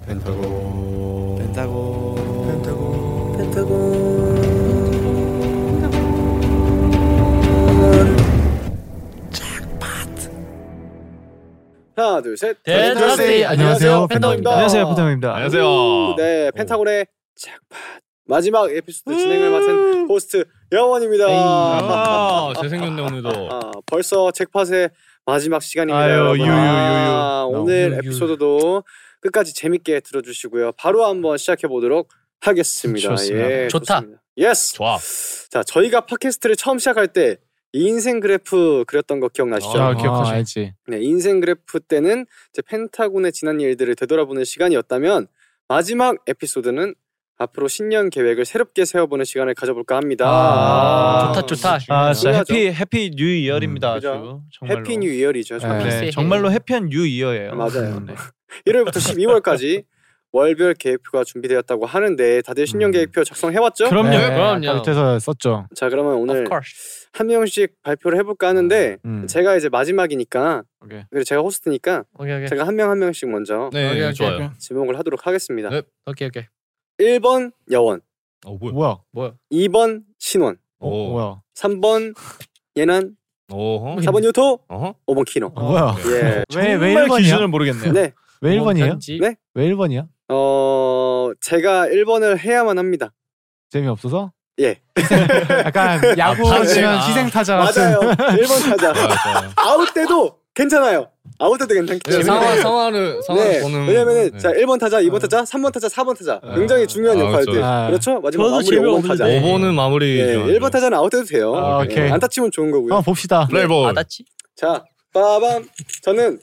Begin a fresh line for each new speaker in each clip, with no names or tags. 아,
펜타곤 펜타곤 펜타곤
하나 둘 셋.
네,
펜타스데이 안녕하세요 네, 펜더입니다
안녕하세요 펜타곤입니다.
안녕하세요.
네 펜타곤의 잭팟 마지막 에피소드
음.
진행을 맡은 호스트 영원입니다. 아,
아, 잘생겼네 오늘도.
벌써 잭팟의 마지막 시간입니다.
아유,
여러분.
유유유유.
아, 오늘
유유.
에피소드도 끝까지 재밌게 들어주시고요. 바로 한번 시작해 보도록 하겠습니다.
좋습니다.
예,
좋다.
좋습니다. 예스.
좋아.
자 저희가 팟캐스트를 처음 시작할 때 인생 그래프 그렸던 거 기억나시죠?
아,
아,
기억하시죠?
알지
네, 인생 그래프 때는 이제 펜타곤의 지난 일들을 되돌아보는 시간이었다면 마지막 에피소드는 앞으로 신년 계획을 새롭게 세워보는 시간을 가져볼까 합니다.
아,
좋다 좋다
아 진짜
중요하죠.
해피 해피 뉴 이어입니다.
음,
아주
그죠?
정말로.
해피 뉴 이어리죠. 정말.
네.
네, 정말로 해피한 뉴 이어예요.
맞아요.
네.
1월부터 12월까지 월별 계획표가 준비되었다고 하는데 다들 신년
음.
계획표 작성해왔죠?
그럼요.
네,
그럼요.
아까
밑에서 썼죠.
자 그러면
of
오늘
course
한 명씩 발표를 해볼까 하는데
음.
제가 이제 마지막이니까
오케이.
그리고 제가 호스트니까
오케이 오케이
제가 한 명 한 명씩 먼저
네,
오케이, 오케이,
좋아요.
오케이.
지목을 하도록 하겠습니다.
네.
오케이 오케이
일 1번 여원,
어 뭐야?
뭐야?
2번 신원,
어,
오.
뭐야?
3번 예난,
어허.
4번 유토,
어허.
5번 키노.
어, 뭐야?
예.
왜왜
정말
1번이야?
기준을
모르겠네요.
네.
왜 1번이에요?
뭔지.
네.
뭐, 왜 1번이야?
어, 제가 1번을 해야만 합니다.
재미없어서?
예.
약간 야구
아, 반대.
치면
아. 네.
희생타자 같은.
맞아요. 1번
좋아요,
타자.
좋아요.
아웃 때도 괜찮아요. 아웃 때도 괜찮겠죠.
네, 상황 상황을 상황을
네.
보는.
왜냐면은
네.
자 1번 타자, 2번 타자, 3번 타자, 4번 타자.
아.
굉장히 중요한
아,
역할들.
그렇죠.
아.
그렇죠? 마지막
저도
마무리 5번
재미없는데.
타자.
네.
5번은 마무리.
예,
좀
1번 타자는 아웃 돼도 돼요.
아,
예,
오케이.
안타 치면 좋은 거고요.
어.
한번 봅시다.
플레이볼.
받았지
자, 빠밤. 저는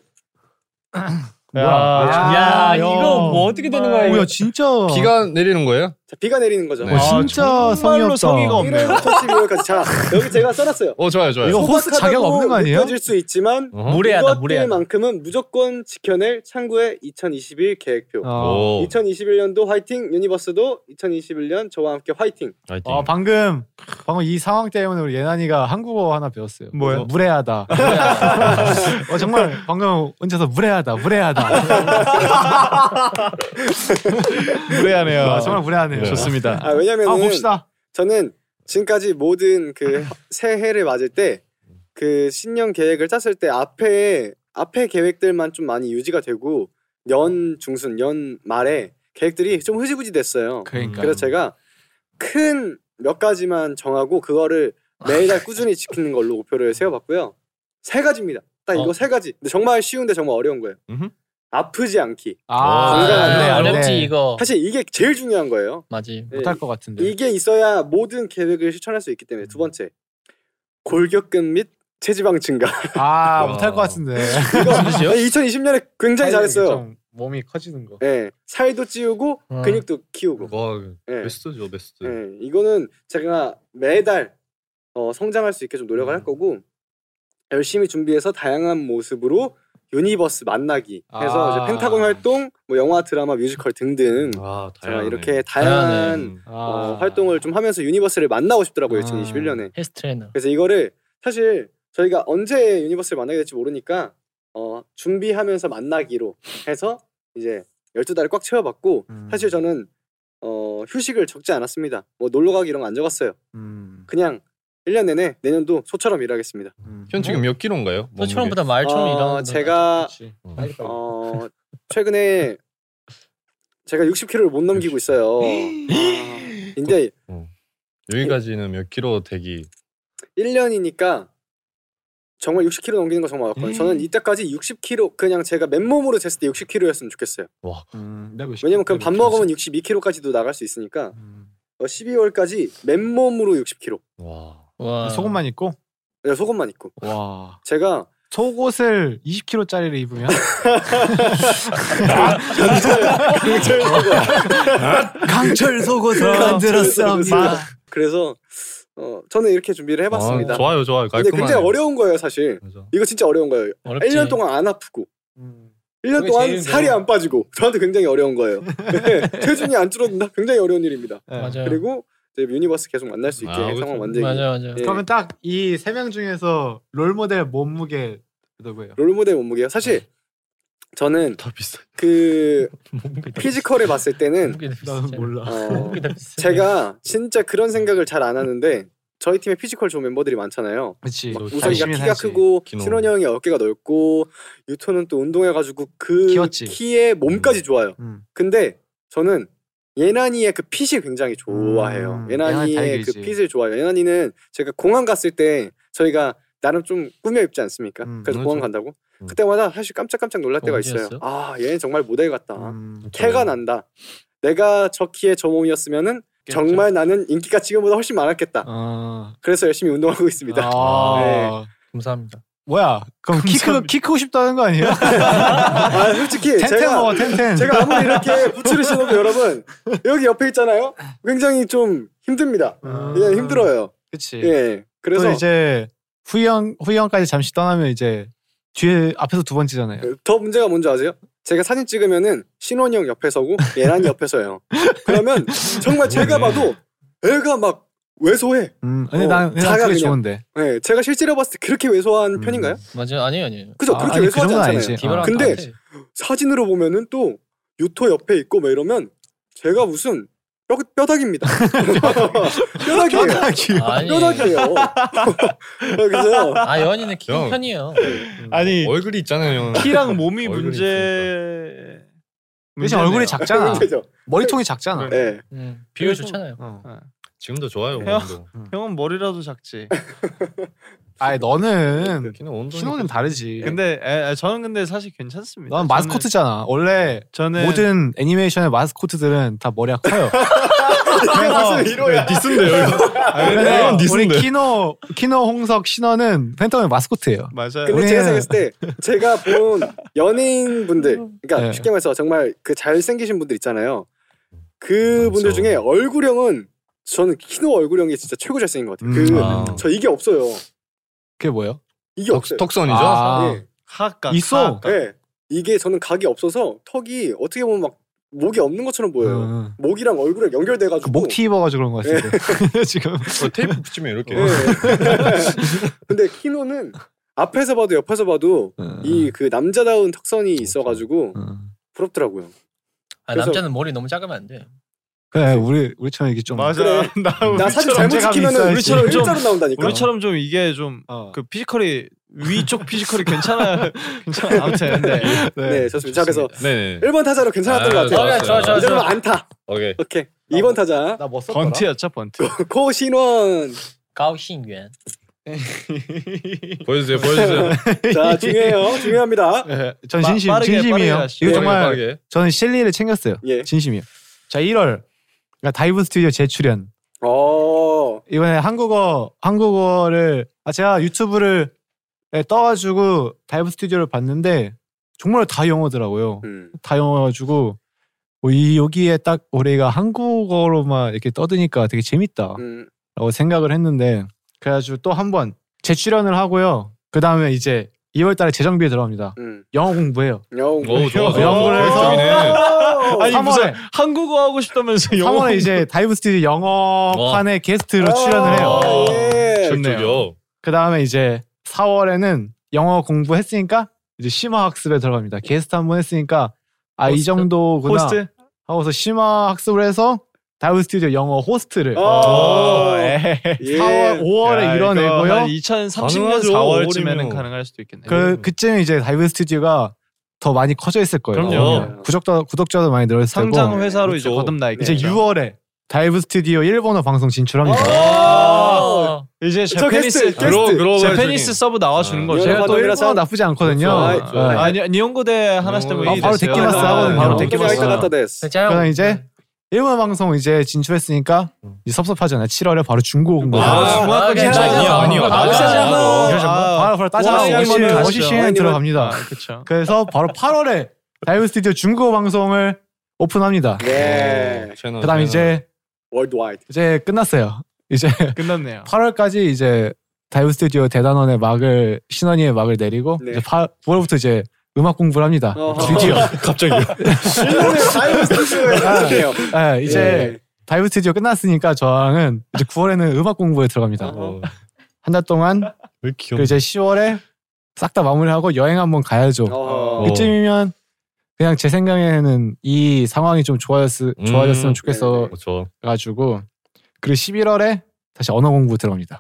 아, 야,
야, 이거 뭐 어떻게 되는 거야, 이거?
뭐야 진짜.
비가 내리는 거예요?
자, 비가 내리는 거죠.
네.
와, 진짜
아,
성의 어, 없다.
정말로 성의가 없-
1월부터 12월까지. 자, 여기 제가 써놨어요.
어 좋아요 좋아요.
이거 호스트 자격
소박하다고
없는 거 아니에요?
느껴질 수 있지만
어허.
무례하다 무례하다
이것들만큼은 무조건 지켜낼 창구의 2021 계획표.
어,
오.
2021년도 화이팅, 유니버스도 2021년 저와 함께 화이팅.
화이팅.
어, 방금 방금 이 상황 때문에 우리 예난이가 한국어 하나 배웠어요.
뭐요?
그래서 무례하다. 어, 정말 방금 혼자서 무례하다, 무례하다.
무례하네요.
아, 정말 무례하네요.
네. 좋습니다.
아 왜냐면
아
은
봅시다.
저는 지금까지 모든 그 새해를 맞을 때 그 신년 계획을 짰을 때 앞에 앞에 계획들만 좀 많이 유지가 되고 연 중순 연 말에 계획들이 좀 흐지부지 됐어요.
그러니까.
그래서 제가 큰 몇 가지만 정하고 그거를 매일날 꾸준히 지키는 걸로 목표를 세워봤고요. 세 가지입니다. 딱 이거
어.
세 가지. 근데 정말 쉬운데 정말 어려운 거예요.
음흠.
아프지 않기.
아,
아,
안 돼,
아,
안 돼.
어렵지 이거
사실 이게 제일 중요한 거예요.
맞지
네,
못할 것 같은데.
이게 있어야 모든 계획을 실천할 수 있기 때문에 두 번째 골격근 및 체지방 증가.
아,
와.
못할 것 같은데.
이거 2020년에 굉장히 잘했어요.
좀 몸이 커지는 거.
예, 살도 찌우고
음.
근육도 키우고.
와
예,
베스트죠 베스트.
예, 이거는 제가 매달 어, 성장할 수 있게 좀 노력을
음.
할 거고 열심히 준비해서 다양한 모습으로 유니버스 만나기 해서
아.
이제 펜타곤 활동, 뭐 영화, 드라마, 뮤지컬 등등
아
제가
다양하네.
이렇게 다양한
음.
어, 활동을 좀 하면서 유니버스를 만나고 싶더라고요
아.
2021년에.
헬스 트레이너
그래서 이거를 사실 저희가 언제 유니버스를 만나게 될지 모르니까 어, 준비하면서 만나기로 해서 이제 12달을 꽉 채워봤고
음.
사실 저는 어, 휴식을 적지 않았습니다. 뭐 놀러 가기 이런 거 안 적었어요.
음.
그냥 1년 내내 내년도 소처럼 일하겠습니다.
음.
현 지금 몇 킬로인가요?
뭐
몸무게?
소처럼보다 말처럼
아,
아,
어,
이런
제가
그렇지.
어.
어, 최근에 제가 60kg를 못 넘기고 있어요. 아, 근데
네.
여기까지는 몇 킬로 대기.
1년이니까 정말 60kg 넘기는 거 정말
음.
어렵거든요. 저는 이때까지 60kg 그냥 제가 맨몸으로 쟀을 때 60kg였으면 좋겠어요.
음, 내가 몇 시-
왜냐면 그럼 밥
내가 몇
먹으면
시-
62kg까지도 나갈 수 있으니까
음.
어, 12월까지 맨몸으로 60kg
와.
와
속옷만 입고
그냥 속옷만 입고
와
제가
속옷을 20kg짜리를 입으면 강철 속옷을
만들었습니다. 그래서 어, 저는 이렇게 준비를 해봤습니다.
아, 좋아요 좋아요
근데
깔끔하네.
굉장히 어려운 거예요 사실.
맞아.
이거 진짜 어려운 거예요.
어렵지
1년 동안 안 아프고
음.
1년
그게
동안
제일
살이
어려워.
안 빠지고 저한테 굉장히 어려운 거예요. 네, 체중이 안 줄어든다? 굉장히 어려운 일입니다.
네.
맞아요
그리고 이제 유니버스 계속 만날 수 있게
네. 아, 그렇죠.
상황 만들기.
맞아 맞아
예.
그러면 딱 이 세 명 중에서 롤 모델 몸무게 누구예요?
롤모델 몸무게요. 사실 저는
다 비싸.
그
네. 몸무게 다
피지컬을 봤을
비싸.
때는
몸무게 다
난
비싸.
몰라.
어,
몸무게 다 네. 비싸.
제가 진짜 그런 생각을 잘 안 하는데 저희 팀에 피지컬 좋은 멤버들이 많잖아요.
그렇지.
막
우석이가
열심히
키가
해야지.
크고
기노.
신원이 형이 어깨가 넓고 유토는 또 운동해가지고 그
키웠지.
키에 몸까지 좋아요.
음.
근데 저는 예난이의 그 핏이 굉장히 좋아해요.
음, 예난이
예난이의 그
달걀이지.
핏을 좋아해요. 예난이는 제가 공항 갔을 때 저희가 나름 좀 꾸며 입지 않습니까?
음,
그래서
그렇죠.
공항 간다고
음.
그때마다 사실 깜짝깜짝 놀랄 때가 있어요.
언제였어요?
아 얘는 정말 모델 같다.
음.
캐가 난다. 내가 저 키에 저 몸이었으면은 정말 나는 인기가 지금보다 훨씬 많았겠다.
어.
그래서 열심히 운동하고 있습니다.
아.
네.
감사합니다.
뭐야? 그럼 키 크고 키 크고 싶다는 거 아니에요?
아, 솔직히
텐텐
네, 제가
먹어 텐텐.
제가 아무리 이렇게 부츠를 신어도 여러분 여기 옆에 있잖아요. 굉장히 좀 힘듭니다. 그냥 힘들어요.
음. 그렇지.
예.
그래서
그래서
이제 후영 후영까지 잠시 떠나면 이제 뒤에 앞에서 두 번째잖아요.
더 문제가 뭔지 아세요? 제가 사진 찍으면은 신원이 형 옆에 서고 예란이 옆에 서요. 그러면
예.
정말 제가 봐도 애가 막 왜소해.
음. 근데
어,
난 그냥
자가
그게
그냥.
좋은데.
예, 제가 실제로 봤을 때 그렇게 왜소한
음.
편인가요?
맞아요. 아니에요, 아니에요.
그죠?
아,
그렇게
아니, 그
왜소하지
정도는
않잖아요.
아니지.
디바랑
근데
나한테
사진으로 보면은 또 유토 옆에 있고 막 이러면 제가 무슨 뼈, 뼈다귀입니다. 뼈다귀예요.
아니.
뼈다귀예요. 어, 그래서
아 연인은 키
형.
편이에요.
아니
얼굴이 있잖아요. 형.
키랑 몸이
얼굴이
문제
대신 얼굴이 작잖아.
문제죠.
머리통이 작잖아.
예.
음, 비율 좋잖아요.
어.
지금도 좋아요.
형.
운동.
형은 머리라도 작지
아니
네,
너는
키는 운동.
신호는 다르지.
네. 근데 에, 에, 저는 근데 사실 괜찮습니다
넌 마스코트잖아. 원래
저는, 저는
모든 애니메이션의 마스코트들은 다 머리가 커요.
아,
이게 무슨 이로야.
네, 디스인데요. 이거.
네,
근데
이건
우리
디스인데.
키노 키노 홍석 신화는 팬텀의 마스코트예요.
맞아요
근데
우리는-
제가 생각했을 때 제가 본 연예인분들
음.
그러니까
네.
쉽게 말해서 정말 그 잘생기신 분들 있잖아요. 그분들
맞아.
중에 얼굴형은 저는 키노 얼굴형이 진짜 최고 잘생긴 것 같아요.
음.
그
아.
저 이게 없어요.
그게 뭐예요?
이게 없어요.
턱, 턱선이죠.
아.
예.
하악각
있어.
하악각.
예. 이게 저는 각이 없어서 턱이 어떻게 보면 막 목이 없는 것처럼 보여요. 뭐?
음.
목이랑 얼굴에 연결돼 가지고
목 튀입어가지고 그런 것 같은데 지금.
어, 테이프 붙이면 이렇게.
예. 네. 근데 키노는 앞에서 봐도 옆에서 봐도
음.
이 그 남자다운 턱선이 있어가지고
음.
부럽더라고요.
아,
그래서-
남자는 머리 너무 작으면 안 돼.
그래 우리 우리처럼 이게 좀
맞아
그래.
나,
나 사진 잘못
존재감이
찍히면
있어야지.
우리처럼
우리처럼
일자로 나온다니까.
우리처럼 좀 이게 좀 그
어.
피지컬이 위쪽 피지컬이 괜찮아 괜찮아 아무튼 네.
네, 좋습니다. 자, 그래서
네.
1번 타자로 괜찮았던
아,
것 같아요.
좋아요, 좋아요, 좋아요.
이대로 안타.
오케이.
오케이. 2번 타자
나뭐 썼더라?
번트였죠 번트
고신원.
가오신yuan.
보여주세요. 보여주세요.
네. 자, 중요해요. 중요합니다.
예, 전
마-
진심
빠르게,
진심이에요.
빠르게 하시죠.
이거
빠르게,
정말
빠르게.
저는 실리를 챙겼어요.
예.
진심이요. 자 1월 그러니까 다이브 스튜디오 재출연
어.
이번에 한국어 한국어를 아 제가 유튜브를 예, 떠가지고 다이브 스튜디오를 봤는데 정말 다 영어더라고요.
음.
다 영어가지고 뭐이 여기에 딱 우리가 한국어로만 이렇게 떠드니까 되게 재밌다라고
음.
생각을 했는데 그래가지고 또 한 번 재출연을 하고요. 그 다음에 이제 2월달에 재정비에 들어갑니다.
음.
영어 공부해요.
오,
오, 좋아. 좋아.
영어를 해서-
계획적이네.
어, 아니 무슨
3월에
한국어 하고 싶다면서 영어
3월에 이제 다이브 스튜디오 영어판에 게스트로 출연을 해요.
오.
예.
좋네요.
계획적이요.
그 다음에 이제 4월에는 영어 공부했으니까 이제 심화 학습에 들어갑니다. 게스트 한 번 했으니까 아 이
호스트?
정도구나
호스트
하고서 심화 학습을 해서 다이브 스튜디오 영어 호스트를 네.
어.
에
예.
4월, 5월에
야, 아, 이거
이뤄내고요.
한 2030년
가능하죠,
4월쯤에는
올이면.
가능할 수도
음.
있겠네요.
그 그쯤 이제 다이브 스튜디오가 더 많이 커져 있을 거예요. 어,
그럼요.
구독자 구독자도 많이 늘었을 거고.
상장 회사로 이제
그렇죠.
거듭나 있겠죠.
이제 6월에 다이브 스튜디오 일본어 방송 진출합니다.
아. 이제
저 게스트,
제페니스
게스트.
글로, 글로
네. 제페니스 서브 나와 주는
아.
거죠.
제가 또
일본어라서-
일본어 나쁘지 않거든요.
아,
네.
좋아요.
아니 니온고대 하나씩 때문에
아,
이게
바로
됐어요.
데키마스 하거든요.
바로
아,
데키마스.
데키마스 갔다 됐어.
그럼 이제 일본 방송 이제 진출했으니까 이제 섭섭하잖아요. 7월에 바로 중국 온 거예요.
아,
중학교
괜찮아요.
아니요, 아니요. 뭐
아,
나가지
괜찮아요.
않아요.
아,
바로 바로 따져
오시
오시
시간에
오시 시간에
오시죠.
들어갑니다.
그렇죠.
아, 그래서 바로 8월에 다이브 스튜디오 중국어 방송을 오픈합니다.
예.
채널,
그다음
채널.
이제
월드와이드.
이제 끝났어요. 이제
끝났네요.
아, 8월까지 이제 다이브 스튜디오 대단원의 막을 신원이의 막을 내리고
네.
이제 8, 9월부터 이제 음악 공부를 합니다.
어허.
드디어
갑자기요.
일본의 다이브 스튜디오에 나왔네요.
예, 이제 다이브 스튜디오 끝났으니까 저항은 이제 9월에는 음악 공부에 들어갑니다.
어,
한 달 동안
아,
왜
그
귀여워.
이제 10월에 싹 다 마무리하고 여행 한번 가야죠.
어.
어.
그쯤이면 그냥 제 생각에는 이 상황이 좀 좋아졌
음,
좋아졌으면
네네네.
좋겠어
그렇죠.
가지고 그리고 11월에 다시 언어 공부 들어갑니다.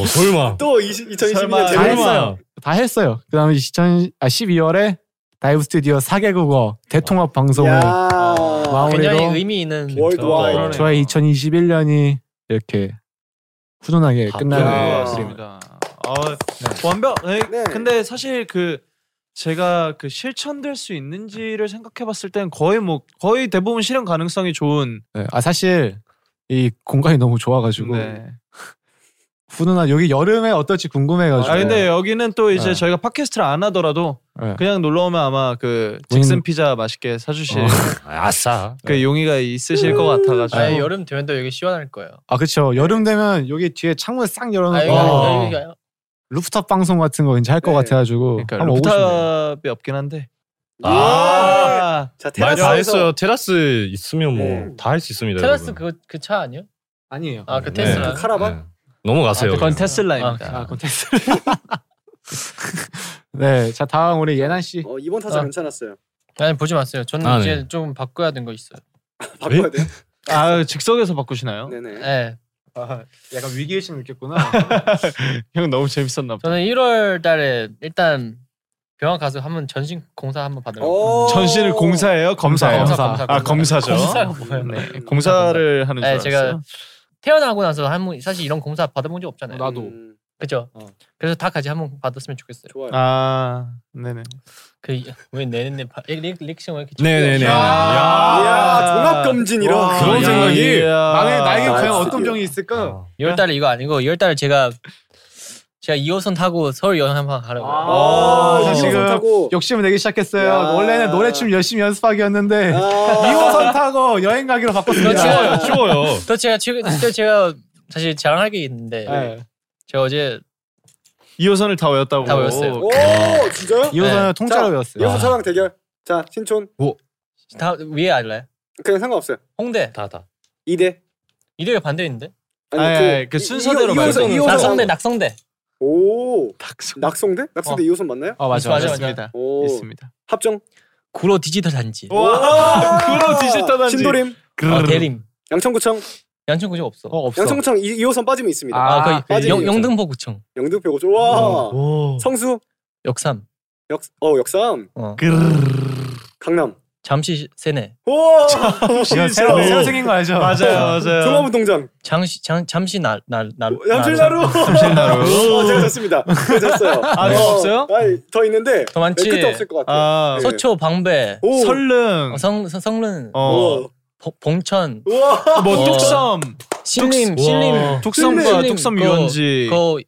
어, 설마.
또 2022년
설마-
다
제목
했어요. 다 했어요. 그다음에 2000, 아 12월에 다이브 스튜디오 4개 국어 대통합 방송을
야.
와우.
굉장히
아무래도
의미 있는
아,
월드와이드.
그러네.
저의 2021년이 이렇게 훈훈하게
아,
야.
끝나는
네.
그림입니다.
그림이다. 아, 완벽. 네.
네.
근데 사실 그 제가 그 실천될 수 있는지를 생각해봤을 땐 거의 뭐 거의 대부분 실현 가능성이 좋은.
네. 아 사실 이 공간이 너무 좋아가지고
네.
훈훈한 여기 여름에 어떨지 궁금해가지고
아 근데 여기는 또 이제
네.
저희가 팟캐스트를 안 하더라도
네.
그냥 놀러 오면 아마 그
문-
잭슨 피자 맛있게 사주실
어.
아싸.
그 용의가 있으실 것 같아가지고.
아 여름 되면 또 여기 시원할 거예요.
아 그쵸 여름 되면 여기 뒤에 창문 싹
아
열어놓고
여기
어.
여기가요.
루프탑 방송 같은 거 이제 할 것
네.
같아가지고
그러니까
한번 오고 싶네요.
루프탑이 없긴 한데.
아.
아,
자
말 다
테라스에서
했어요. 테라스 있으면 뭐
네.
다 할 수 있습니다.
테라스
여러분.
그 그 차 아니요?
아니에요.
아 그
네.
테슬라.
그 카라반?
네. 넘어가세요.
그건
그냥.
테슬라입니다.
아,
콘텐츠. 네, 자 다음 우리 예난 씨.
어, 이번 타자
아.
괜찮았어요.
아니 보지 마세요. 저는
아, 네.
이제 좀 바꿔야 된 거 있어요.
바꿔야 돼요.
아 즉석에서 바꾸시나요?
네네.
네.
약간 위기의식 느꼈구나.
형 너무 재밌었나 봐.
저는 1월 달에 일단 병원 가서 한번 전신 공사 한번 받으려고.
오.
전신을 공사예요?
네,
검사예요?
검사, 검사,
아 검사죠.
검사가 뭐예요?
네.
음.
공사를 하는 줄
네, 제가
알았어요.
태어나고 나서 한번 사실 이런 공사 받아본 적 없잖아요.
나- 나도.
음,
그죠?
어.
그래서 다 같이 한번 받았으면 좋겠어요.
좋아요.
아 네네.
그왜 내내 리액션 왜 이렇게
네네네.
좋아요?
이야 종합
와,
검진이라
그런
야,
생각이
이야.
나는 나에게
아,
과연 어떤
진짜.
병이 있을까?
1월 달에 이거 아니고 1월 달에 제가 제가 2호선 타고 서울 여행 한번 가려고요.
아,
자,
지금
지금 타고
욕심을 내기 시작했어요.
야.
원래는 노래춤 열심히 연습하기였는데
아.
2호선 타고 여행 가기로 바꿨습니다.
그렇죠.
아, 쉬워요. 쉬워요.
또 제가 최근 또 제가 사실 자랑할 게 있는데
네.
제가 어제
2호선을 다 외웠다고.
다 외웠어요.
오 진짜요?
2호선은 통짜로
자,
외웠어요.
여기서 저랑 대결. 자 신촌
다 위에 알아요?
그냥 상관없어요.
홍대
다 다.
2대
이대가 반대인데?
아니, 아니, 그 순서대로 말해요.
낙성대 낙성대.
오
탁성
낙성대? 낙성대 2호선 맞나요?
어, 맞아,
맞아,
맞아.
맞아.
있습니다.
오 아,
있습니다.
합정.
구로 디지털 단지.
와 그로 디지털 단지.
신도림,
어, 대림.
양천구청,
양천구청 없어.
어, 없어.
양천구청 2, 호선 빠지면 있습니다.
아,
아, 거의
빠지는
영,
거죠.
영등포구청
영등포 고조.
어,
와
오.
성수,
역삼
역, 어 역삼,
어.
강남.
잠시 세내
오
지금 새로
오.
새로 생긴 거 알죠?
맞아요 맞아요.
종합운동장,
잠시 잠, 잠시 날날 날.
양철나루.
정신나루.
어, 제가 졌습니다. 제가 졌어요.
아,
어,
더 없어요?
아니, 더 있는데
더
네,
많지.
끝에 없을 것 같아요.
아
네.
서초 방배
오.
설릉.
어, 성 성- 성른
어.
우와.
봉- 봉천
우와.
뭐
어.
뚝섬.
신림
와.
신림
뚝섬과
신림,
뚝섬
그-
유원지.
그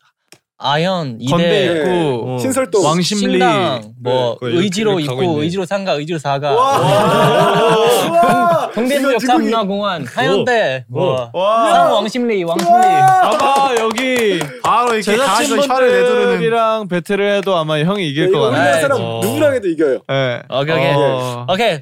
아현
건배
이대
네.
있고.
어.
신설동.
왕- 왕십리.
신당 뭐
네, 거의
의지로
이렇게 가고
있고
있네.
의지로 상가 의지로 사가
와.
어.
우와.
동대문역 삼문화공원 하현대 뭐
와.
상왕십리 왕십리
아마 여기
바로 이렇게 가서 혀를 내두르는
제작진분들이랑 배틀을 해도 아마 형이
야,
이길
네, 이거
것
우리나라
같아요.
같아요.
사람
어.
누구랑 해도 이겨요.
예.
오케이 오케이
어.
오케이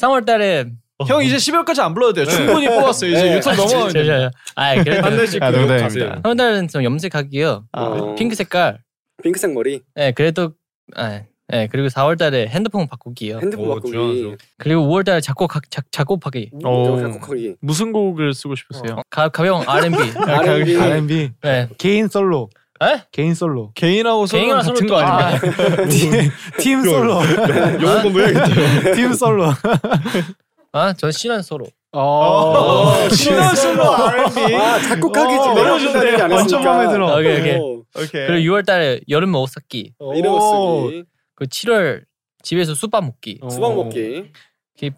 3월달에
아,
아, 형 이제 12월까지 안 불러도 돼요.
네.
충분히 뽑았어요. 이제
네.
유튜브 넘어가면 돼요.
아 그래도
반대씩
아,
네.
그거
농담입니다.
가세요. 음.
3월달은 좀 염색하기요
아,
어.
핑크 색깔
핑크색 머리,
예 그래도 예 예, 그리고 4월달에 핸드폰 바꾸기요
핸드폰 어.
오,
바꾸기,
중요하죠.
그리고 5월달에 작곡 각, 작, 작곡하기
오.
작곡하기,
무슨 곡을 쓰고 싶으세요?
어, 가, 가벼운 R&B
아,
R&B,
R&B
예
개인 솔로.
에?
개인 솔로. 음.
개인하고
개인
솔로랑 같은 거 아닌가? 요
팀 솔로.
영어 공부해야겠다.
팀 솔로.
아 저는 신한 소로
어.
아, 신화 솔로 R&B.
와 작곡하기
어,
아, 지금
너무
내려준다는
좋네.
얘기 안
완전
했으니까.
마음에 들어.
오케이 오케이
오,
오케이.
그리고 6월달에 여름 옷 샀기
어, 이러고 쓰기,
그리고 7월 집에서 수박 먹기
수박 아, 먹기,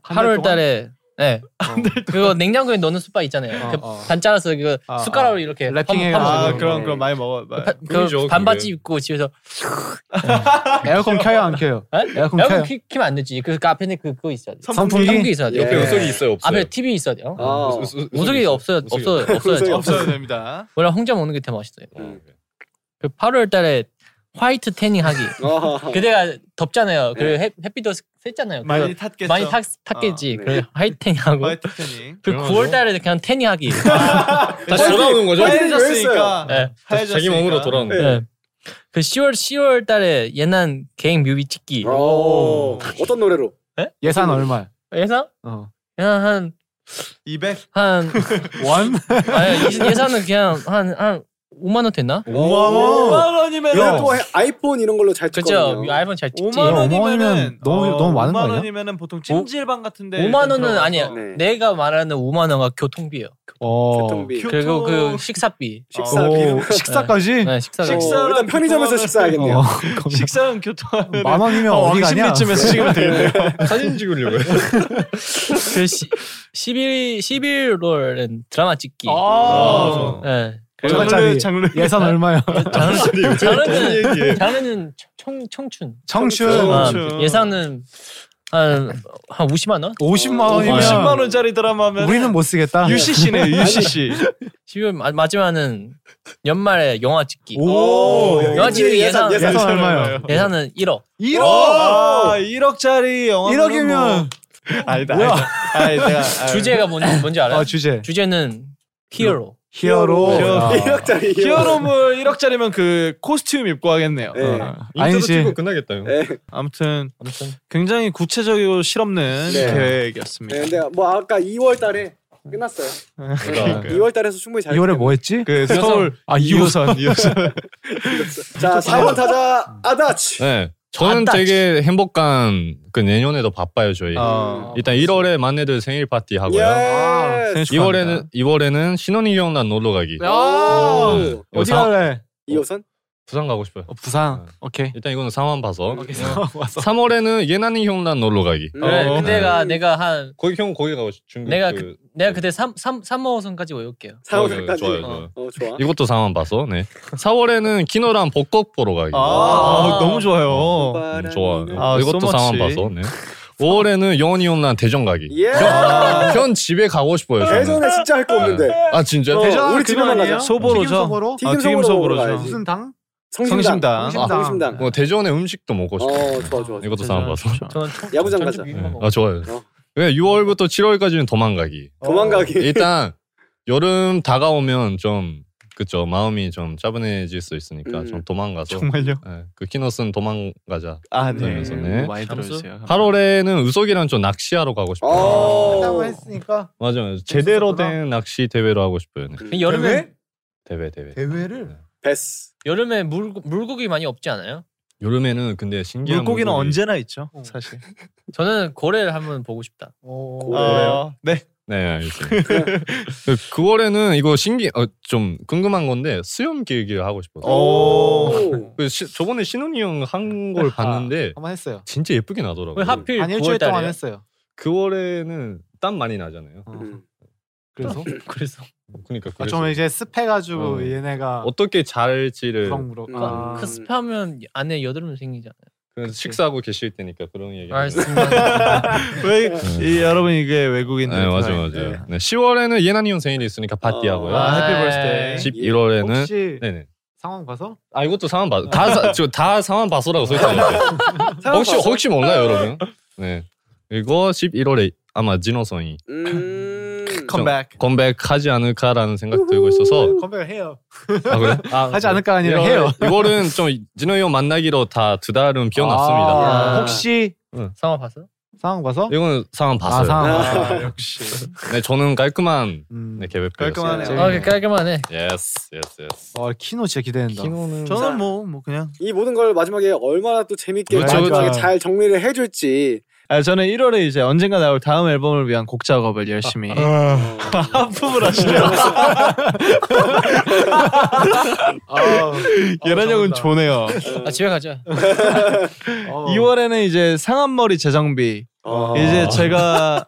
한달
8월 어. 달에 네. 그거 냉장고에 넣는 숯밥 있잖아요.
어,
그
어.
반 잘라서 그
어,
숟가락으로 이렇게
랩핑해요.
아,
파먹어요.
그럼 그럼 많이 아, 먹어. 많이.
꿈이죠,
그
그게.
반바지 입고 집에서 어?
에어컨 켜요 안 켜요?
에?
에어컨
에어컨
켜요.
키- 키면 안 되지. 그, 그 앞에는 그 그거 있어야 돼.
선풍기?
선풍기 있어야 돼.
예.
옆에 우석이 있어요 없어요?
앞에 음, TV 있어야 돼요.
아,
우스- 우스-
우석이 음, 없어요.
우석이
없어
우석이 없어요.
없어야죠.
없어도 됩니다.
원래 혼자 먹는 게 더 맛있어요.
어, 그래.
그 8월 달에 화이트 태닝 하기. 어.
아하.
그때가 덥잖아요. 그 햇- 햇빛도 셌잖아요.
많이
그래서
탔겠죠.
많이 탔, 탔겠지.
아, 네.
그래서 화이트 태닝 하고.
화이트 태닝.
그 9월 달에 그냥 태닝 하기. 아,
다시 돌아오는 거죠?
화이트-
하얘졌으니까.
예.
다시 자기 몸으로 돌아오는 거죠?
네. 그 10월 10월 달에 옛날 개인 뮤비 찍기.
오, 어. 어떤 노래로?
에?
예산 얼마?
예산?
어.
그냥 한
200?
한
원?
아니 예- 예산은 그냥 한 한 5만 원 됐나?
5만 원이면
이건 또 아이폰 이런 걸로 잘
그죠?
찍거든요.
아이폰 잘 찍지.
5만
원.
원이면은
너무- 너무 많은 거
5만
아니야?
원이면은 보통 찜질방 같은데
5만 원은 아니야.
네.
내가 말하는 5만 원가 교통비예요.
어.
교통비,
큐-
그리고
교통-
그 식사비.
식사,
오, 식사까지?
네, 식사.
어,
식사- 식사랑
일단 편의점에서
교통하는-
식사하겠네요.
어.
식사는 교통하면
만 원이면 어, 디 가냐?
왕십리쯤에서 찍으면 되겠네요.
사진 찍으려고요.
그 시, 11 11월은 드라마 찍기.
아,
네.
얼마짜리?
장르 장르
예산 얼마야?
저는 저는
얘기해.
저는 청 청춘.
네, 청춘
아,
청춘.
예산은 한한 50만 원?
50만 원이면
50만 어, 원짜리 드라마 하면
우리는 못 쓰겠다.
UCC네 UCC
12월 마, 마지막은 연말에 영화 찍기.
어,
오.
영화 찍기 예산 예산,
예산 얼마요?
은 1억.
1억.
아, 1억짜리 영화
1억이면
아니다
뭐야?
아니다 아니, 내가 아,
주제가 뭔지 뭔지 알아요?
아, 주제.
주제는 히어로.
히어로.
히어로.
아.
1억짜리
히어로물 1억짜리면 그 코스튬 입고 하겠네요
네.
어.
인터뷰
아니지.
찍고 끝나겠다. 형.
네.
아무튼
아무튼
굉장히 구체적이고 실없는
네.
계획이었습니다
네, 근데 뭐 아까 2월달에 끝났어요.
그러니까요.
2월달에서 충분히 잘.
2월에 뭐 했지?
그 서울
아,
2호선 2호선
자 4번 타자 아다치.
네. 저는
맞다.
되게 행복한 그 내년에도 바빠요 저희.
아.
아,
어.
일단 1월에 만네들 생일 파티 하고요.
예.
축하합니다.
2월에는 2월에는 신혼이형 난 놀러 가기.
아.
오.
어디
상-
갈래?
2호선.
부산 가고 싶어요.
어, 부산. 오케이.
일단 이거는 상황 봐서.
오케이.
네.
와서.
3월에는 예난이 형 난 놀러 가기.
그래,
어.
네,
음.
그때가
네.
내가 한
거기 형 거기 가고 싶- 중국
내가
그,
내가 그때 3 3 3호선까지 외울게요.
어,
4호선까지.
좋아요,
어,
좋아요.
어 좋아.
이것도 상황 봐서. 네. 4월에는 키노랑 벚꽃 보러 가기.
아, 너무
어,
좋아요
음, 좋아요.
아,
이것도
so
상황
much.
봐서. 네. 5월에는 영원히 형난 대전 가기.
예.
현, 현 집에 가고 싶어요. 저는.
대전에 진짜 할 거 없는데.
아 진짜?
어,
대전
우리
그거
집에만
아니에요?
가자.
소보로죠?
튀김소보로?
아,
튀김 소보로
튀김소보로
가야지.
가야지.
무슨 당?
성심당.
성심당.
성심당. 성심당.
뭐 대전의 음식도 먹고 싶어.
어 좋아 좋아. 좋아.
이것도 상황 봐서.
저는 청-
야구장
전주
가자.
네.
비빔밥 먹어.
아 좋아요.
어.
왜 6월부터 7월까지는 도망가기.
도망가기.
일단 여름 다가오면 좀 그쵸 마음이 좀 짜분해질 수 있으니까
음.
좀 도망가서
정말요?
예, 그 키노스는 도망가자.
아,
네.
네.
네.
많이
잠수?
들어주세요.
8월에는 우석이랑 좀 낚시하러 가고 싶어요.
어.
아,
했으니까
맞아요. 제대로
재밌었구나.
된 낚시 대회로 하고 싶어요. 네.
근데 여름에
대회 대회.
대회를
베스.
여름에 물 물고기 많이 없지 않아요?
여름에는 근데 신기한
물고기는 어.
물고기.
언제나 있죠,
어.
사실.
저는 고래를 한번 보고 싶다.
아,
어, 네.
네, 알겠습니다. 9월에는 이거 신기 어, 좀 궁금한 건데 수염 길기를 하고 싶어서.
오.
그 시, 저번에 신훈이 형 한 걸 봤는데
한번 했어요.
진짜 예쁘게 나더라고요.
왜 하필
한 일주일 동안
9월달에?
했어요.
9월에는 땀 많이 나잖아요.
어.
음.
그래서
그래서
그러니까
아,
그래서
좀 이제 습해가지고
어.
얘네가
어떻게 잘지를
무럭무럭.
음.
아.
그 습하면 안에 여드름 생기잖아요.
그래서 식사하고 계실 때니까 그런 얘기.
알겠습니다.
왜, 이, 여러분 이게 외국인들.
네, 맞아 맞아. 요 네, 10월에는 예나니 형 생일이 있으니까 파티 하고요.
아, 해피
아,
버스데이.
집-
11월에는
예. 혹시
네네.
상황 봐서
아 이것도 상황 봐. 다다 상황 봐서라고 써있어요. 혹시 혹시 몰라요 여러분? 네. 그리고 11월에 아마 진호성이
음.
컴백.
컴백하지 않을까라는 생각 들고 있어서
컴백을 해요.
아 그래? 아,
하지 않을까 아니라
이월-
해요.
이월은 좀 진호 형 만나기로 다 두 달은 비워놨습니다.
아,
야.
혹시
상황 봤어?
상황 봐서?
이거는 상황
아
네, 봤어요.
상황 봐서.
아, 역시.
네, 저는 깔끔한
음.
네, 계획
깔끔하네요.
아, 그 깔끔하네.
예스, 예스, 예스.
와 어, 키노 진짜 기대된다.
키노는
저는 뭐, 뭐 그냥.
이 모든 걸 마지막에 얼마나 또 재밌게
그렇죠,
마지막에
그렇죠.
잘 정리를 해줄지.
아, 저는 1월에 이제 언젠가 나올 다음 앨범을 위한 곡 작업을 열심히.
아.
어.
하품을 하시네요.
아,
예란 형은
정답.
좋네요.
아, 집에 가자.
어.
2월에는 이제 상한머리 재정비.
아.
어.
이제 제가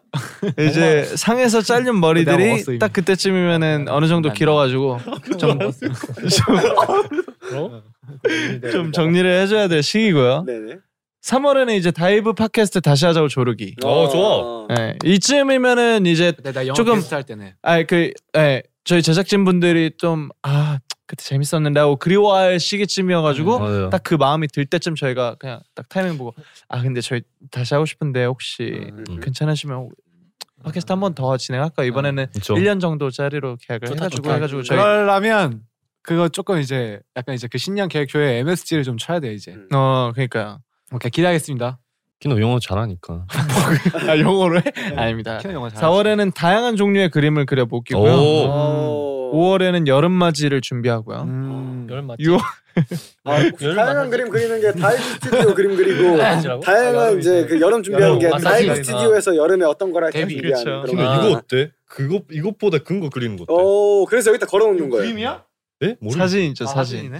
이제 상에서 잘린
어. 내가 먹었어,
머리들이
이미.
딱 그때쯤이면은 어느 정도
안
길어가지고 좀,
네.
좀 정리를 해줘야 될 시기고요.
네네.
3월에는 이제 다이브 팟캐스트 다시 하자고 조르기.
어, 좋아.
음.
예, 이쯤이면은 이제
근데 나 영어
조금-
테스트 할 때네.
아그 예, 저희 제작진 분들이 좀 아 그때 재밌었는데 하고 그리워할 시기쯤이어가지고
맞아요.
딱 그 마음이 들 때쯤 저희가 그냥 딱 타이밍 보고 아 근데 저희 다시 하고 싶은데 혹시
음.
괜찮으시면 팟캐스트 한 번 더 진행할까 이번에는
그쵸.
1년 정도 짜리로 계약을
좋다,
해가지고
좋다.
해가지고 저희
그러려면 그거 조금 이제 약간 이제 그 신년 계획표에 MSG를 좀 쳐야 돼 이제.
음.
어 그러니까요.
오케이 기대하겠습니다.
키노 영어 잘하니까.
아, 영어로 해? 아닙니다.
키노 영화 잘.
4월에는 다양한 종류의 그림을 그려보기고요.
어.
오.
오.
5월에는 여름맞이를 준비하고요.
음.
여름 맞지?
6월
아,
열을
다양한
만나지.
그림 그리는 게 다이브 스튜디오 그림 그리고
다이브라고? 아,
다양한
여름이
이제 그 여름 준비하는 게
여름. 아,
다이브
사진이구나.
스튜디오에서 여름에 어떤 거랑
데뷔.
준비하는
그렇죠.
그런
키노
거.
아.
이거 어때? 그거 이것보다 큰 거 그리는 거 어때?
오 그래서 여기다 걸어놓는 거예요.
그림이야?
네? 모르.
사진이죠, 아,
아,
사진.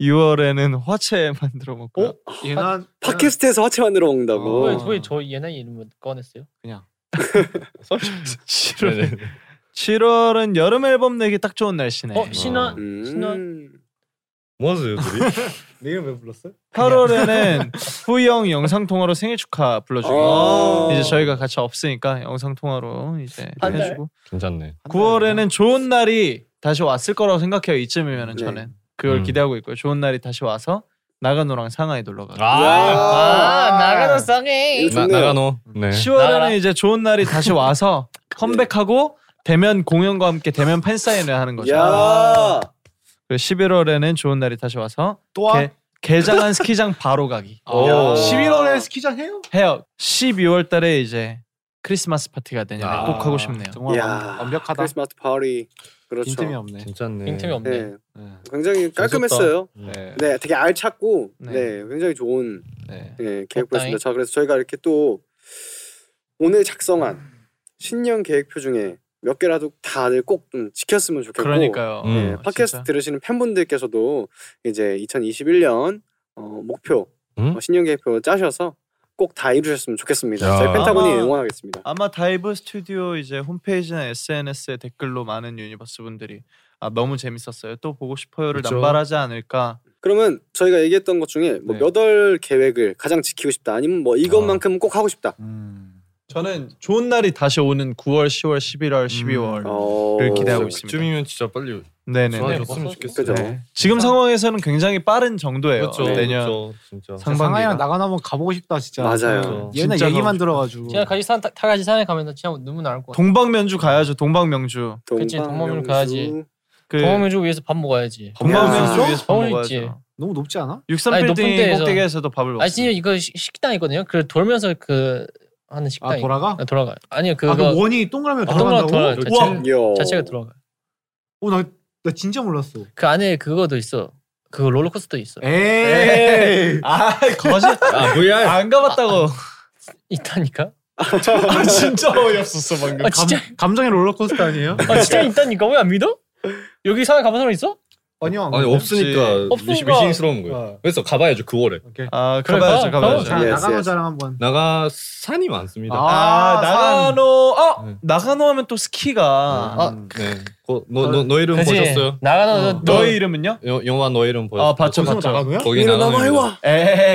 6월에는 화채 만들어 먹고요.
얘는
팟캐스트에서 화채 만들어 먹는다고.
왜,
어.
왜저 얘네 이름을 꺼냈어요?
네, 네.
7월은 여름 앨범 내기 딱 좋은 날씨네.
어 신화
음.
신원.
뭐 하세요, 둘이?
내 이름 왜 불렀어?
8월에는 후이 형 영상 통화로 생일 축하 불러주고
아.
이제 저희가 같이 없으니까 영상 통화로 이제
한 달?
해주고
괜찮네.
9월에는 좋은 날이 다시 왔을 거라고 생각해요 이쯤이면은
네.
저는 그걸
음.
기대하고 있고요 좋은 날이 다시 와서 나가노랑 상하이 놀러 가고
아,
나가로 쌍해.
이거
나,
좋네요.
나가노. 네.
10월에는
나가라.
이제 좋은 날이 다시 와서
예.
컴백하고 대면 공연과 함께 대면 팬사인을 하는 거죠
야.
그리고 11월에는 좋은 날이 다시 와서
또한
개, 개장한 스키장 바로 가기
오.
야.
11월에 스키장 해요?
해요. 12월 달에 이제 크리스마스 파티가 내년에
아,
꼭 하고 싶네요.
정말
야.
완- 완벽하다.
크리스마스 파티. 그렇죠.
빈틈이 없네.
괜찮네.
빈틈이 없네.
네.
네.
굉장히 깔끔했어요.
네.
네, 되게 알찼고,
네.
네, 굉장히 좋은
네.
네, 계획표였습니다. 자, 그래서 저희가 이렇게 또 오늘 작성한 신년 계획표 중에 몇 개라도 다들 꼭 좀 지켰으면 좋겠고,
그러니까요.
음.
네,
어,
팟캐스트
진짜.
들으시는 팬분들께서도 이제 2021년 어, 목표
음?
어, 신년 계획표 짜셔서 꼭 다 이루셨으면 좋겠습니다.
야.
저희 펜타곤이
아마-
응원하겠습니다.
아마 다이브 스튜디오 이제 홈페이지나 SNS에 댓글로 많은 유니버스 분들이 아 너무 재밌었어요. 또 보고 싶어요를
그쵸.
남발하지 않을까.
그러면 저희가 얘기했던 것 중에
네.
뭐몇월 계획을 가장 지키고 싶다, 아니면 뭐 이것만큼 은꼭 하고 싶다.
음.
저는 좋은 날이 다시 오는 9월, 10월, 11월, 12월.
어...
를 음. 기대하고 있습니다.
그쯤이면 진짜 빨리
네네.
전화줬으면 좋겠어요.
그죠.
네. 지금 상황에서는 굉장히 빠른 정도예요.
그렇죠.
네.
내년
그렇죠. 진짜.
상반기가.
상하이랑 나가나 한번 가보고 싶다 진짜.
맞아요.
그렇죠.
얘는
진짜
얘기만
가고
들어가지고.
제가 같이 산 다, 다 같이 산에 가면 진짜 눈물 나올 것 같아.
동방면주 가야죠. 동방명주.
그치, 동방명주 가야지.
그
동호회주 위해서 밥 먹어야지.
동방면주
야.
위해서 밥
서울
먹어야죠.
있지.
너무 높지 않아?
아니, 높은
63빌딩
데에서.
꼭대기에서도 밥을 먹어요.
아 진짜 이거 시- 식당 있거든요. 그 돌면서 그 하는 식당.
아 돌아가?
아, 돌아가. 아니요 그거
아, 그 원이 동그라미
아, 동그라미
돌아간다고?
돌아가요. 저
우와.
지금-
이야.
자체가 돌아가.
오, 나, 나 진짜 몰랐어.
그 안에 그거도 있어. 그 롤러코스터 있어.
에이.
아 거짓
아 VR.
안 가봤다고
있다니까.
아, 진짜 어이없었어 방금
아 진짜
감정의 롤러코스터 아니에요?
아 진짜 있다니까 왜 안 믿어? 여기 산에 가본 사람 있어?
아니요. 어. 안
아니
그래요.
없으니까
없으니까.
미시, 미싱스러운 거예요.
어.
그래서 가봐야죠 9월에.
오케이.
아
그래,
가봐야죠
가-
가봐야죠
자,
예스,
나가노
예스.
자랑 한번.
나가 산이 많습니다.
산.
아 나가노 어
네.
나가노 하면 또 스키가
아,
음,
네. 거, 너, 너, 너 이름
그지?
보셨어요?
나가노
어.
너,
너의 이름은요?
여, 영화 너 이름 보셨어요?
아 봤죠
거기서
봤죠
나가노야?
거기
이리
나가노입니다.
나와해와.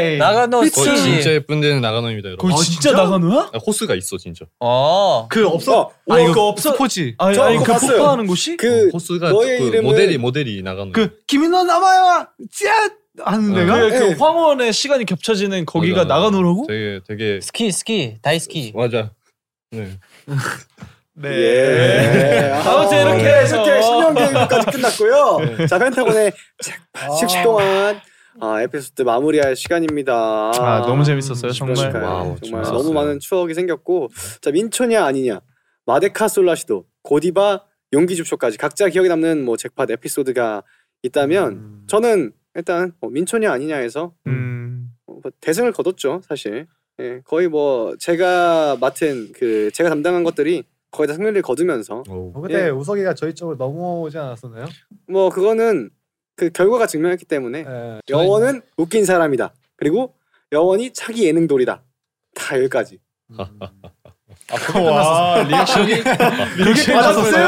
에이
나가노
거 어, 진짜
스키.
예쁜 데는 나가노입니다 여러분.
거기
아,
진짜,
진짜?
나가노야?
아, 호수가 있어 진짜.
어.
그 없어.
아 이거 없어
스포지.
아니
저
아니
그거
그
봤어요.
폭파하는 곳이?
그
호수가
너의
그
이름은-
모델이 모델이 나가노.
그 김인원 남아요. 짠 하는
어.
데가.
그, 그
네.
황혼의 시간이 겹쳐지는 거기가
맞아.
나가노라고?
되게 되게
스키 스키 다이스키.
맞아. 네.
네
예.
아무튼 이렇게 해서. 네.
이렇게 신년 계획까지 끝났고요. 자 펜타곤의 10주 동안 아, 에피소드 마무리할 시간입니다.
아 너무 재밌었어요 정말
그러니까요.
와우,
정말
재밌었어요.
너무 많은 추억이 생겼고 자 민초냐 아니냐 마데카솔라시도 고디바 용기줍쇼까지 각자 기억에 남는 뭐 잭팟 에피소드가 있다면
음.
저는 일단 뭐 민초냐 아니냐에서
음
뭐 대승을 거뒀죠 사실 예, 거의 뭐 제가 맡은 그 제가 담당한 것들이 거의 다 승리를 거두면서
오.
그때
예.
어, 우석이가 저희 쪽으로 넘어오지 않았었나요?
뭐 그거는 그 결과가 증명했기 때문에
예.
영원은 웃긴 사람이다 그리고 영원이 차기 예능돌이다 다 여기까지
아, 와
아,
리액션이
그렇게
맞았어요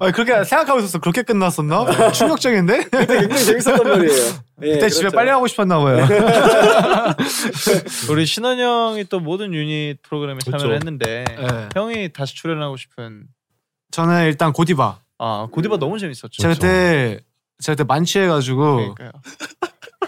아 그렇게 생각하고 있었어. 그렇게 끝났었나? 충격적인데?
그때 굉장히 재밌었던 말이에요 예,
네. 예, 그때 집에
그렇죠.
빨리 하고 싶었나 봐요.
우리 신원 형이 또 모든 유닛 프로그램에 참여를
그렇죠.
했는데
예.
형이 다시 출연하고 싶은
저는 일단 고디바.
아 고디바 너무 재밌었죠. 그렇죠?
제가 그때 제가 그때 만취해가지고
그러니까요.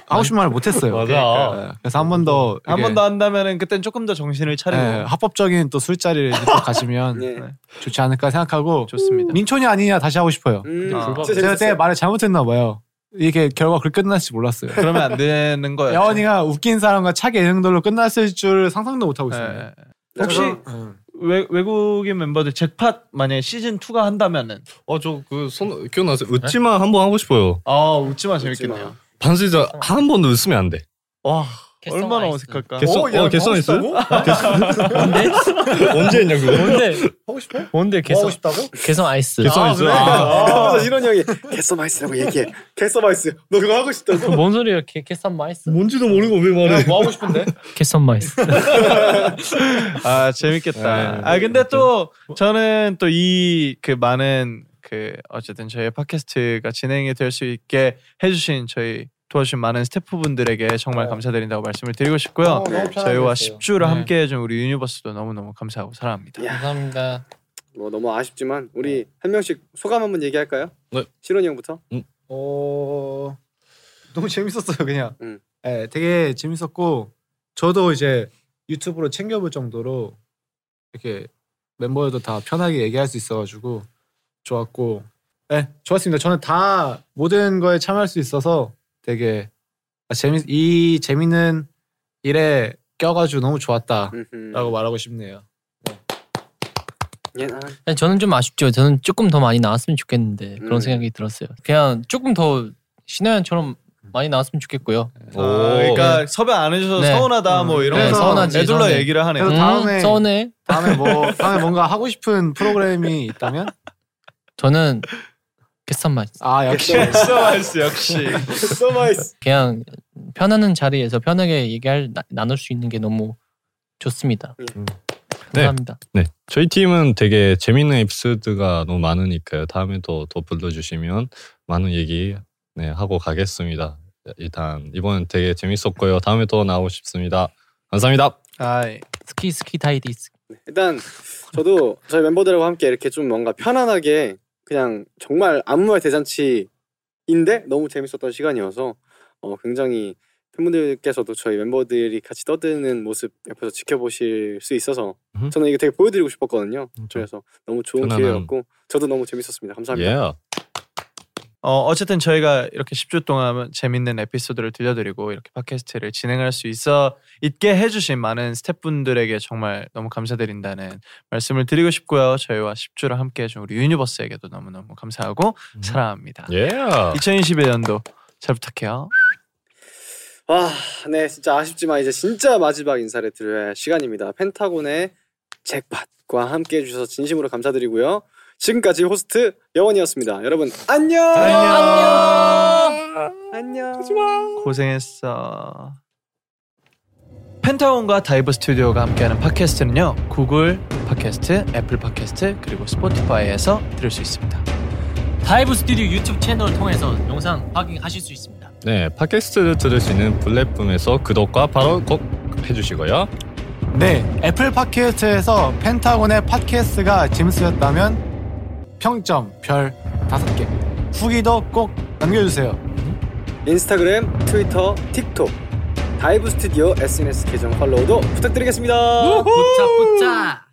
하고 싶은 말을 못했어요.
맞아.
예. 그래서 한 번 더
한 번 더 한다면은 그땐 조금 더 정신을
예,
차리고
합법적인 또 술자리를 이제 또 가지면
예.
좋지 않을까 생각하고
좋습니다.
민촌이 아니냐 다시 하고 싶어요.
음, 진짜
아,
제가 그때
재밌었어요.
말을 잘못했나 봐요. 이게 결과 그렇게 끝날지 몰랐어요.
그러면 안 되는 거예요.
야원이가 웃긴 사람과 차기 예능들로 끝났을 줄 상상도 못하고 있습니다.
예. 혹시 외, 외국인 멤버들 잭팟 만약에 시즌 2가 한다면은
어, 어저그손
네?
기억나세요? 웃지만 한번 하고 싶어요.
아 웃지마 재밌겠네요.
반수이자 한 번도 웃으면 안 돼.
와
개성
얼마나
아이스.
어색할까.
개성-
어, 야,
어, 개성
하고
있어요?
싶다고?
뭔데?
언제 했냐 그거?
뭔데?
하고 싶어? 뭐
뭔데?
하고
개성
싶다고?
개성 아이스.
개성 있어. 아,
그래서 이런 형이 개서바이스라고 얘기해. 개서바이스. 너 그거 하고 싶다고?
뭔 소리야? 개 개성 뭐 마이스.
뭔지도 모르고 왜 말해?
뭐 하고 싶은데?
개성 뭐 마이스.
아 재밌겠다.
네.
아 근데 또 저는 또 이 그 많은 그 어쨌든 저희 팟캐스트가 진행이 될 수 있게 해주신 저희 도와주신 많은 스태프분들에게 정말 감사드린다고 말씀을 드리고 싶고요. 저희와 10주를
네.
함께 해준 우리 유니버스도 너무너무 감사하고 사랑합니다.
야.
감사합니다.
뭐 너무 아쉽지만 우리 한 명씩 소감 한번 얘기할까요?
네.
시론이 형부터.
어... 너무 재밌었어요 그냥.
음.
예, 되게 재밌었고 저도 이제 유튜브로 챙겨볼 정도로 이렇게 멤버들도 다 편하게 얘기할 수 있어가지고 좋았고 예, 좋았습니다. 저는 다 모든 거에 참여할 수 있어서 되게 아, 재밌 이 재밌는 일에 껴가지고 너무 좋았다라고
음흠.
말하고 싶네요.
예, 아,
근데 저는 좀 아쉽죠. 저는 조금 더 많이 나왔으면 좋겠는데 그런
음.
생각이 들었어요. 그냥 조금 더 신하연처럼 많이 나왔으면 좋겠고요.
오.
아, 그러니까 섭외 안 해주셔서
네.
서운하다 뭐 이런
네,
거
서운하지,
애둘러
서운해.
얘기를 하네요.
그래서 다음에-
서운해.
다음에 뭐 다음에 뭔가 하고 싶은 프로그램이 있다면
저는 개성 뭐 마이스.
아 역시
서바이스 역시.
개서바이스.
그냥 편안한 자리에서 편하게 얘기할 나, 나눌 수 있는 게 너무 좋습니다.
음.
감사합니다.
네, 저희 팀은 되게 재밌는 에피소드가 너무 많으니까요. 다음에도 더 불러주시면 많은 얘기 네, 하고 가겠습니다. 일단 이번 되게 재밌었고요. 다음에 또 나오고 싶습니다. 감사합니다.
예.
아이.
스키 스키 다이디스.
일단 저도 저희 멤버들과 함께 이렇게 좀 뭔가 편안하게 그냥 정말 아무 말 대잔치인데 너무 재밌었던 시간이어서 어, 굉장히 팬분들께서도 저희 멤버들이 같이 떠드는 모습 옆에서 지켜보실 수 있어서
음.
저는 이게 되게 보여드리고 싶었거든요.
음, 좀
그래서 너무 좋은
편안한-
기회였고 저도 너무 재밌었습니다. 감사합니다.
예.
어, 어쨌든 저희가 이렇게 10주 동안 재밌는 에피소드를 들려드리고 이렇게 팟캐스트를 진행할 수 있어 있게 해주신 많은 스태프분들에게 정말 너무 감사드린다는 말씀을 드리고 싶고요. 저희와 10주를 함께 해준 우리 유니버스에게도 너무너무 감사하고
음.
사랑합니다.
예.
2021년도 잘 부탁해요.
와, 네, 진짜 아쉽지만 이제 진짜 마지막 인사를 드려야 할 시간입니다. 펜타곤의 잭팟과 함께 해주셔서 진심으로 감사드리고요. 지금까지 호스트 영원이었습니다. 여러분 안녕. 안녕.
고생했어. 펜타곤과 다이브 스튜디오가 함께하는 팟캐스트는요. 구글 팟캐스트, 애플 팟캐스트, 그리고 스포티파이에서 들을 수 있습니다.
다이브 스튜디오 유튜브 채널을 통해서 영상 확인하실 수 있습니다.
네, 팟캐스트를 들을 수 있는 플랫폼에서 구독과 바로 꼭 해주시고요.
네, 애플 팟캐스트에서 펜타곤의 팟캐스트가 재밌으셨다면 평점 별 다섯 개 후기도 꼭 남겨주세요.
인스타그램, 트위터, 틱톡, 다이브 스튜디오 SNS 계정 팔로우도 부탁드리겠습니다.
어, 부자 부자.